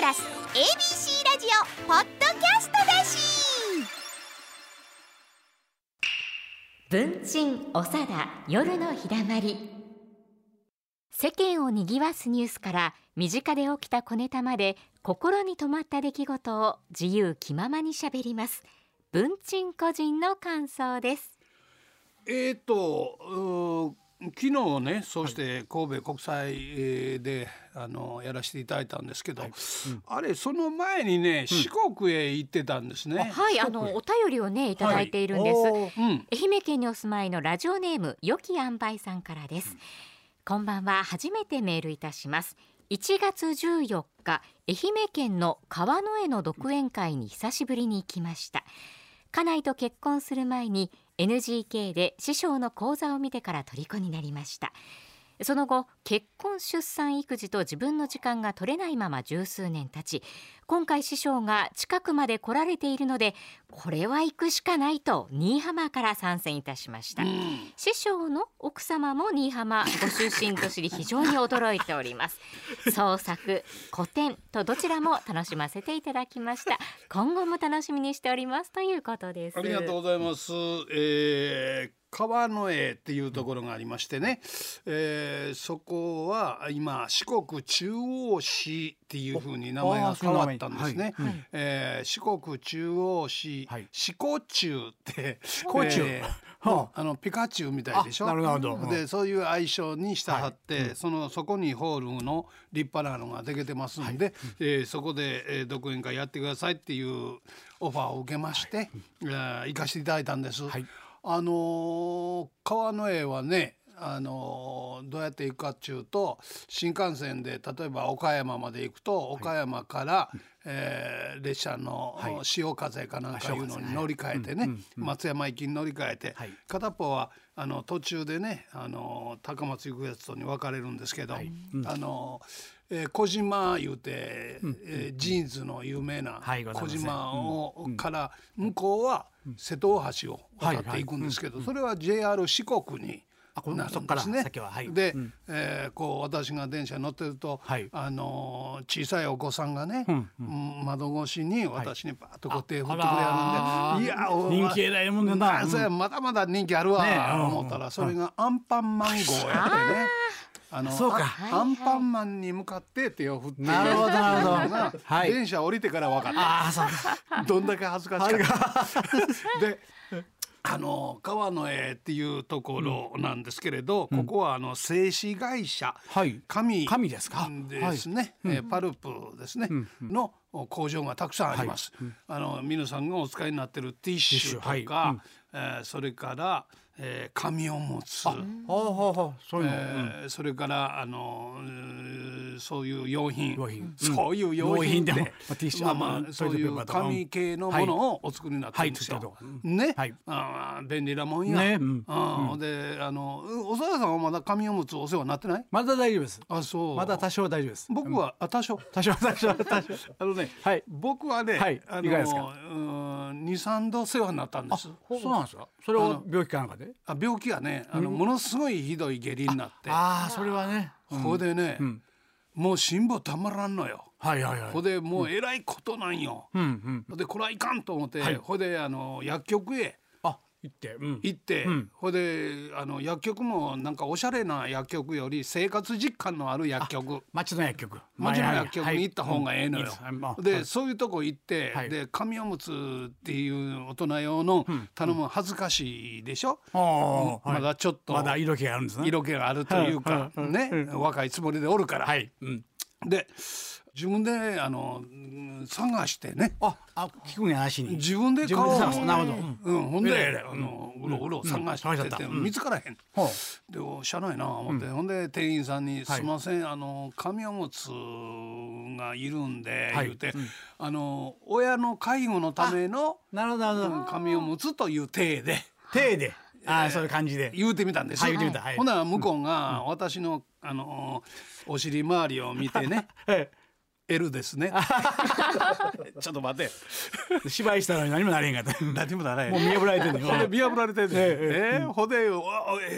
ラス ABC ラジオポッドキャストだし文鎮おさだ夜のひだまり世間をにぎわすニュースから身近で起きた小ネタまで心に留まった出来事を自由気ままにしゃべります文鎮個人の感想ですえー、っとうー昨日ねそうして神戸国際えーであのやらせていただいたんですけど、あれその前にね四国へ行ってたんですね。はいあのお便りをねいただいているんです、おーうん、愛媛県にお住まいのラジオネームよき塩梅さんからです、こんばんは初めてメールいたします1月14日愛媛県の川之江の独演会に久しぶりに行きました家内と結婚する前に NGK で師匠の講座を見てから虜になりましたその後結婚出産育児と自分の時間が取れないまま十数年経ち今回師匠が近くまで来られているのでこれは行くしかないと新居浜から参戦いたしました、師匠の奥様も新居浜ご出身と知り非常に驚いております創作古典とどちらも楽しませていただきました今後も楽しみにしておりますということですありがとうございます。えー川之江っていうところがありましてね、えーそこは今四国中央市っていうふうに名前が変わったんですね。あーその名前はいえー四国中央市、はい四股中って股中えーはあのピカチュウみたいでしょあなるほどでそういう愛称にしたはって、そのそこにホールの立派なのができてますんで、えーそこで、えー独演会やってくださいっていうオファーを受けまして、えー行かせていただいたんです。はいあのー川の絵はねあのーどうやって行くかっちゅうと新幹線で例えば岡山まで行くと岡山から、えー列車のはい潮風かなんかいうのあ潮風はにい乗り換えてね、うんうんうん松山行きに乗り換えて、はい片っぽはあの途中でねあの高松行くやつとに分かれるんですけど、あの、えー小島いうて、えージーンズの有名なはいござ小いますね島を、から向こうは瀬戸大橋を渡っていくんですけど、それは JR 四国に。あこんなるそんっでからすね先ははいで、うんえーこう私が電車に乗ってると、はいあのー小さいお子さんがね、うんうん窓越しに私にバーッとこう手振ってくれるんで、あらーいやお人気えらいもんだなあそれまだまだ人気あるわ、ねえうん思ったらそれがアンパンマン号やってね。あのそうかあアンパンマンに向かって手を振ってなるほどなるほどのがはい電車降りてから分かったああそうかどんだけ恥ずかしかった。 であの川の絵っていうところなんですけれど、ここはあの製紙会社、はい紙紙ですかですね、えーパルプですね、の工場がたくさんあります。あの皆さんがお使いになってるティッシュとか、ティッシュはいうんえーそれから、えー紙おむつ。ほうほうほうそういうの、うんえーそれからあのうーそういう用品用品そういう用用品品ででもまあティッシュまあまうあんそういう紙系のものをお作りになってるんですはいはよいうん。ねはい、あー便利なもんや。ねうんあーであのうおさやさんはまだ紙おむつお世話になってない？まだ大丈夫ですあそう。まだ多少大丈夫です僕はあ多少。多少多少多少あのね、はい僕はね、はいあいかがですかの二三度世話になったんです。そうなんですかそれを病気かなんかであ病気がねあのものすごいひどい下痢になって、ああそれはねここでね、もう辛抱たまらんのよ。はいはいはいほでもうえらいことなんよ。うんうんでこれはいかんと思って、はいほであの薬局へあ行ってうん行って、んほであの薬局もなんかおしゃれな薬局より生活実感のある薬局町の薬局町の薬局に行った方がええのよ。ででそういうとこ行って、はいで紙おむつっていう大人用の頼むの恥ずかしいでしょ、ああまだちょっとまだ色気があるんですね色気があるというか、はいはいね、若いつもりでおるから。はいうんで自分であのうん探してねああ聞くね話に自分で顔を自分で探すなるほどうん、ほんで、えらいえらいあのうろうろ探うんし探してちて、ゃったうん見つからへん、ほうでおしゃないな思って、ほんで店員さんに「はいすいません、あの紙おむつがいるんで」はい言うて、あの親の介護のためのなるほどなるほど紙おむつという体で手でああそういう感じで言うてみたんですはいよ、言うてみたはいほ な向こうが私の、あのお尻周りを見てねはい L です ねちょっと待て芝居したのに何もなれへんかった何もならへんもう見破られてんのよ ほんで見破られてんねんええーほんであえ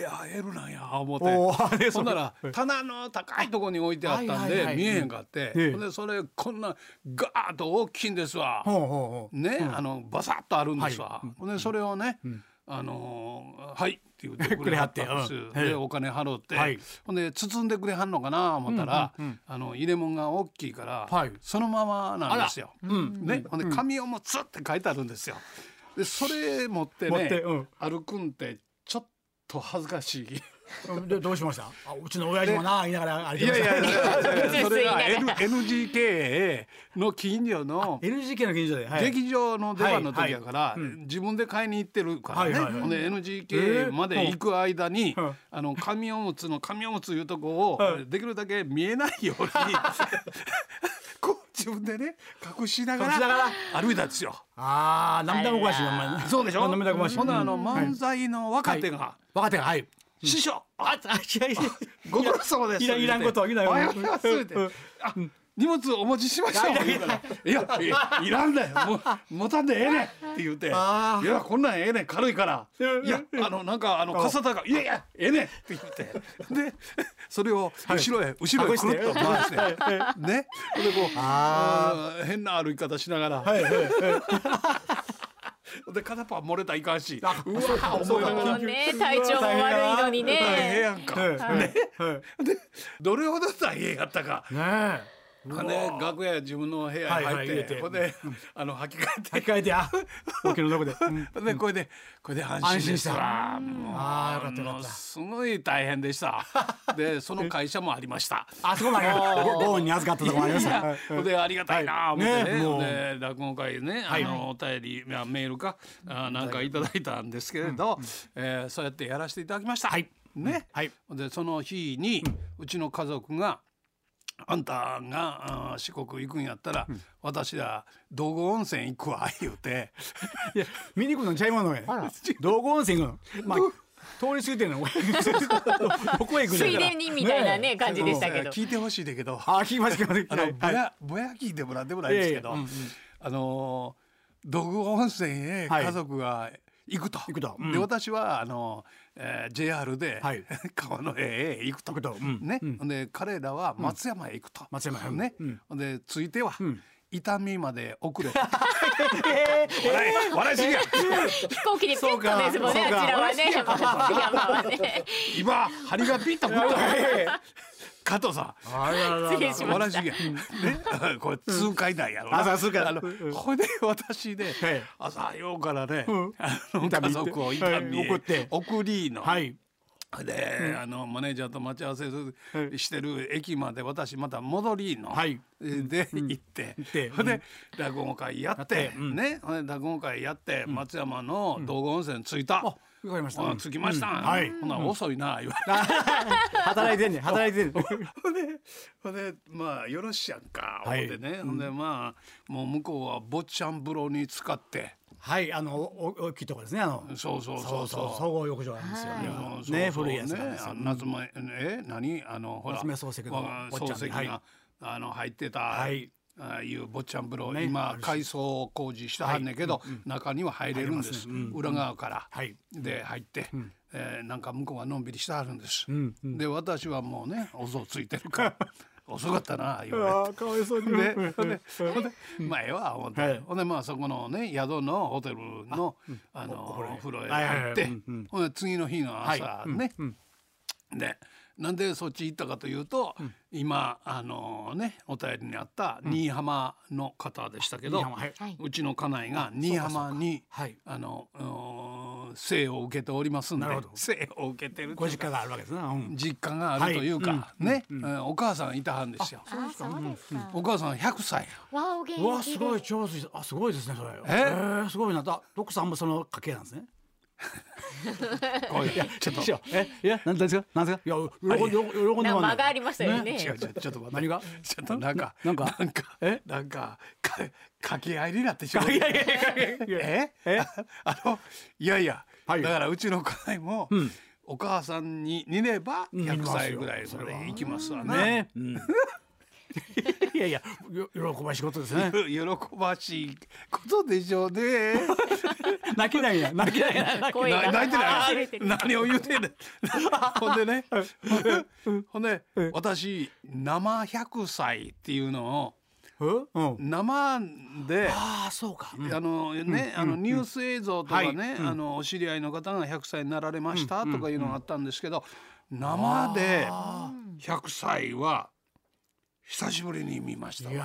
ーあ L なんや思っておーでそんならそう棚の高いとこに置いてあったんはいはいではい見えへんかってええほんでそれこんなガーッと大きいんですわほうほうほうねあのバサッとあるんですわほんでそれをねあのーはいって言ってくれはったんですくれはってうんでお金払ってはいほんで包んでくれはんのかな思ったらうんうんうんあの入れ物が大きいからはいそのままなんですよ。うんね、ほんで紙をもつって書いてあるんですよ。でそれ持って持っねてうん歩くんってちょっと恥ずかしい。でどうしましたあうちの親父もな言いながら歩いいてまやしいたやい やいやそれが吸いな N NGK の近所の NGK の近所で、はい劇場の出番の時やから、いはいうん自分で買いに行ってるからね、はいはいはいほんで NGK まで行く間に、えーうんあの紙おむつの紙おむついうとこを、はいできるだけ見えないよう にこう自分でね隠しなが隠しながら歩いたんですよ。ああ涙もこかしいお前そうでしょ涙ぐましいほなあのうん漫才の若手が、若手がはい師匠ああいやいやご苦労様ですいらいらんことはいらんおことはようございます言うてうんあ荷物お持ちしましたいやいやいらんだよもう持たんでええねんって言うていあーやこんなんええねん軽いからうんいやあのなんかあの傘高いやいやええねんって言ってでそれを後ろへ後ろへくるっと回してねほんでこうあうん変な歩き方しながらはいはいはいで片っ端漏れたらいかんしあうわ思いながらもうね体調も悪いのに大変ねやんか。はいはいどれほど大変やったか。ねえね、楽屋自分の部屋にはいは入いって、入れてここで、あの履き替え書て、き換え てあ大きなとこで、うんでこれでこれで安心ですわ。もうああよかったよかもうったすごい大変でした。でその会社もありました。あそこまで ごご恩に預かったとこもありましたはいほんでありがたいなあ思ってねねもうで落語会ねあのお便りいやメールかあなんかいただいたんですけれどえーそうやってやらせていただきましたはいねはいでその日にうちの家族が「あんたがあー四国行くんやったら私ら道後温泉行くわ」言うていや見に行くのちゃいものや道後温泉行くのまあ通り過ぎてるのど こへ行くのついでにみたいなね感じでしたけど聞いてほしいだけどあ聞きました聞きあまのしたぼはいやぼや聞いてもらってもないんですけどいやいやあのー道後温泉へはい家族が行くと。行くとうんで私はあの、えー JR で、はい 川のへ行くと。行くとうんね、うんほんで彼らは松山へ行くと。松山へねうん。ほんでついては、ん伊丹まで遅れ。 えー笑い笑いすぎや。飛行機でピュッとですもんねそうかあちらはね山は ね今針がピッと振った。加藤さん。あららら失礼しま笑いしすたぎや。ね、 これ通過以内やろうんな。あそうかあの、うんこれで私ねはい、朝ようからねん、あの痛み家に行って族を痛みはい送って送りの。はい で、あのマネージャーと待ち合わせはすしてる駅まで私また戻りの。はいで行って行ってほんで落語会やっやっててうんねほんで落語会やって松山の道後温泉着いたあわかりましたほな着きましたうんはいほな遅いな言われて働いてんねん働いてんねんほんでほんでまあよろしやんか思はいってね、ほんでまあもう向こうは坊ちゃん風呂に使ってはいあのおお大きいとこですねあのそうそうそうそうそうそう。総合浴場なんですよはいやあのそうそうね古いやつなんねですよあ夏目え何あのほら夏目漱石のわ坊ちゃん漱石が、はいあの入ってた、はいああいう坊ちゃん風呂、ねあ今るし改装工事してはんねんけど、中には入れるんで入れますすねうん裏側から、はいで入って、えーなんか向こうはのんびりしてはるんです、んうで私はもうねお像ついてる から遅かったな言われてあーかわいそうにで、ほん ねで、ほんで、まあ、ええわ、思って、はいほんで、まあ、そこのね、宿のホテルの、あの、お風呂へ入っはていはいはいうんうん。ほんで、次の日の朝はね。で、なんでそっち行ったかというと、今、あのね、お便りにあった新居浜の方でしたけど新居。浜はいうちの家内が新居浜にそうかはい、あの、うん生を受けておりますんでなるほ。ど生を受けてるとごいう実か。家があるわけですな、うん、実家があるというかは、いうんね、うんお母さんいたはんですよ。あそうですかお母さん100歳や。わあお元うわ気すでごい上手あすごいですねそれえーすごいなだドクさんもその家系なんですねこう いうちょっと師匠えいや何ですか何ですかいや喜んで喜んでなもら間うがありましたよね違う違うちょっと待って何がちょっとなんかななんかなんかえなんかか掛け合いになってしまういやいやいやいやええあのいやいや、はいだからうちの家内も、んお母さんに似ればうん100歳ぐらいそ似ますよれ行きますわな、ね、うん、いやいやよ喜ばしいことですね喜ばしいことでしょうね。泣けないや泣けないや声なが泣いてあなれいて。る何を言うて んねん。ほんでね、ほんでうん私生100歳っていうのをうんうん生で。ああそうか、うんあのね、うんあのうんニュース映像とかね、はいうんあのお知り合いの方が100歳になられましたとかいうのがあったんですけど、生であ100歳は久しぶりに見ましーたいや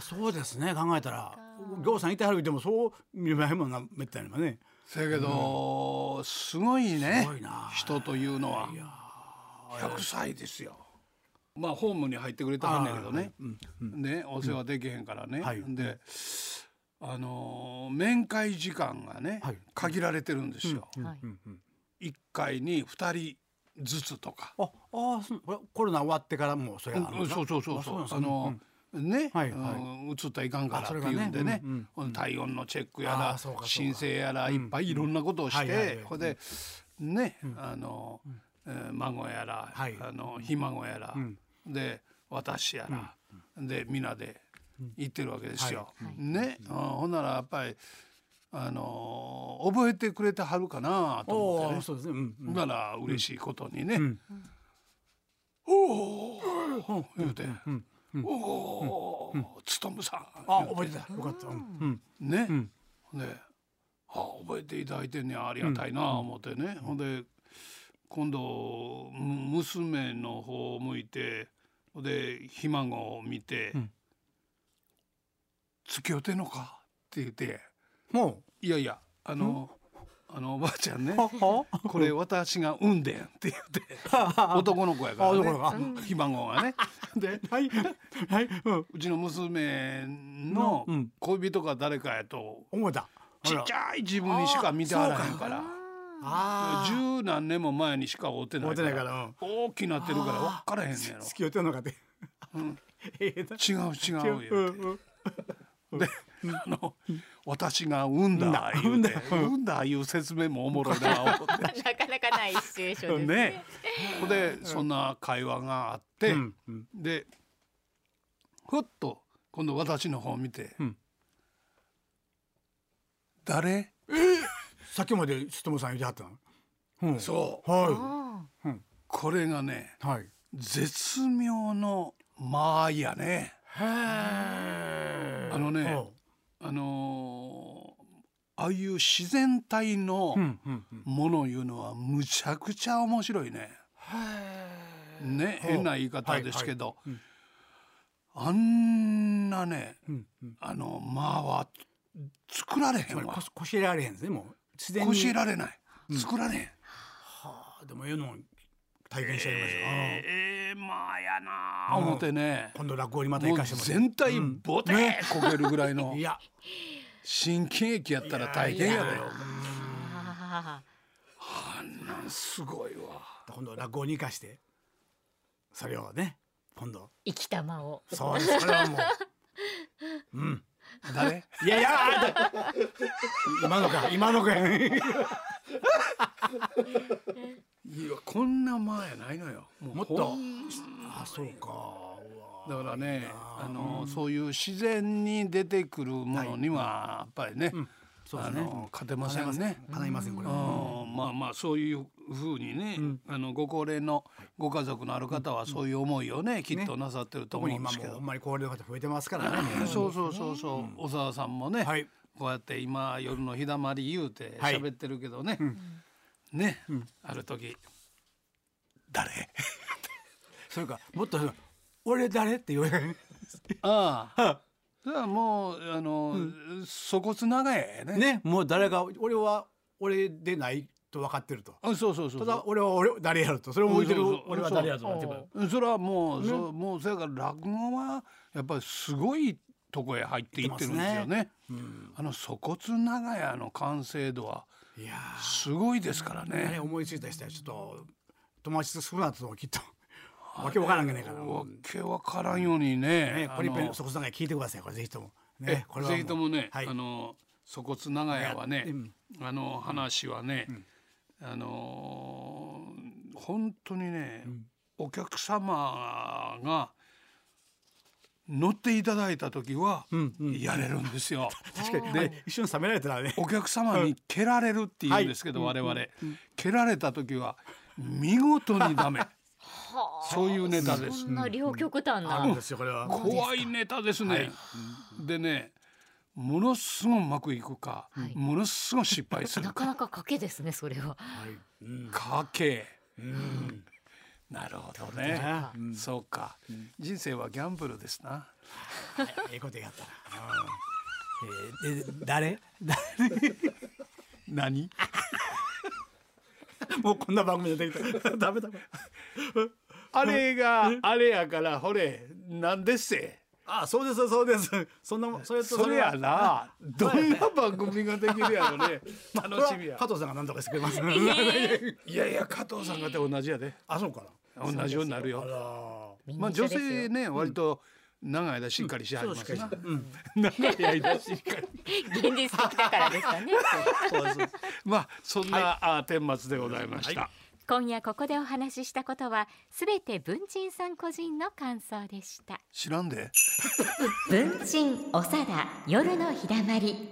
ーそうですね考えたら行さんいてはるでもそう見まへんもんなめったにはねせやけど、すごいねすごいな人というのは100歳ですよ。まあホームに入ってくれたはんだけどね、うんうんねお世話できへんからね、んはいであのー面会時間がね、はい限られてるんですよ。うんはいうんうん一回に二人ずつとか。ああーそうこれコロナ終わってからもうそれはうんそうそうそうそう。あのね、はいはいうん映ったらいかんからっあてそれいがねうんでねうんうん、この体温のチェックやあーらそうかそうか申請やらいっぱいいろんなことをしうんはいはいてはい、これでね、あのえー孫やらはいあのひ孫やらんで私やらで皆で行ってるわけですよ。ね、うんほんならやっぱりあのー覚えてくれてはるかなと思っおてねお。そうですねうんうんなら嬉しいことにねん「おお!」言うてうん「おお勉さん」あ覚えてたよかったうんうんねんで「あ覚えていただいてんねやありがたいな」思ってねほんで今度む娘の方を向いてほんでひ孫を見てん「付き合うてんのか?」って言っても「いやいやあのあのおばあちゃんねう ははこれ私が産んでん」って言って。男の子やかあら、男の子ね、あひ孫がねではいはいうんうちの娘のうん恋人か誰かやと思えたちっちゃい自分にしか見てはらへんからああ十何年も前にしか会うてない思ってかならいからうん大きなってるから分からへんね やろ好きよってんのかってん ええだ違う違違うう言んうてうんであの私が産んだ言産んうだてうん産んだいう説明もおもろいな思って なかなかないシチュエーションですね。ねほんでそんな会話があって、うんうんでふっと今度私の方を見て「うん誰さっきまでつともさん言ってはったのうんそうはあこれがねいはい絶妙の間合いやねへあのねあのーああいう自然体のうんうんうんものいうのはむちゃくちゃ面白いね。ねほう変な言い方ですけど、いはいあんなねうんうんあの間は作られへつんまりわこしこしられへんですねもう自然にこしられない作られへん。はあでもいうのを体験しちゃいました、あええまあやなあ思ってねあ、今度落語にまたも行うかしてもらって全体ボテーこけるぐらいのいや新喜劇やったら大変やでよ。あなんすごいわ。今度落語に生かしてそれをね今度生きたまを。そうですそれはもう うん誰？いやいやあ今のか今のかいやこんな間やないのよ。もうもっとあそうかだからね、あのそういう自然に出てくるものにはやっぱりね、そうであすねの勝てませんね。叶いませんこれうはんまあまあそういうふうにね、あのご高齢のご家族のある方はそういう思いをね、きっとなさってると思特にうんで今すけもうどほん。まに高齢の方増えてますか らねそうそうそうそう、小沢さんもね、はいこうやって今夜の日だまり言うてはい喋ってるけどね、ね、ある時誰それかもっと俺誰って言われる ああそれはもうあの、粗骨長いねねもう誰が俺は俺でないと分かってるとあそうそうそうそたうだ俺は俺誰やるとそれを向いてるそうそうそう俺は誰やとおなってくるーうんそれはもう、そうもうそれから落語はやっぱりすごいとこへ入っていってるんですよね。あの粗骨長屋の完成度はいやすごいですからーねね。思いついた人はちょっと友達と少なくともきっとわけわからんけないからわけわからんようにね。ねこれいっぺあんのそこさんが聞いてくださいこれぜひともえねこれはぜひともね、はいあの粗骨長屋はね、うんあの話はね、あのー本当にね、お客様が乗っていただいた時はうんうんやれるんですよ。確かに、ね、一瞬冷められたらね お客様に蹴られるって言うんですけど、我々、蹴られた時は見事にダメそういうネタですそんな両極端な、ですよこれは怖いネタですね、でねものすごいうまくいくか、はいものすごい失敗するなかなか賭けですねそれは家計、なるほどねね、そうか、人生はギャンブルですなええことやったなえーで 誰誰何もうこんな番組でで きたダメだ あれがあれやからほれなんですせあそうですそうです そんなそれとそれはやなどんな番組ができるやろねま あ楽しみや加藤さんが何とかしてく れます いやいや加藤さんがって同じやであそうかな同じようになるよあらみんまな一あ緒女ですよ性ね割と長い間しっかりしはりますな、 長い間しっかり現実的だからですかねまあそんな、ああ顛末でございました、 今夜ここでお話ししたことはすべて文鎮さん個人の感想でした知らんで文鎮おさだ夜のひだまり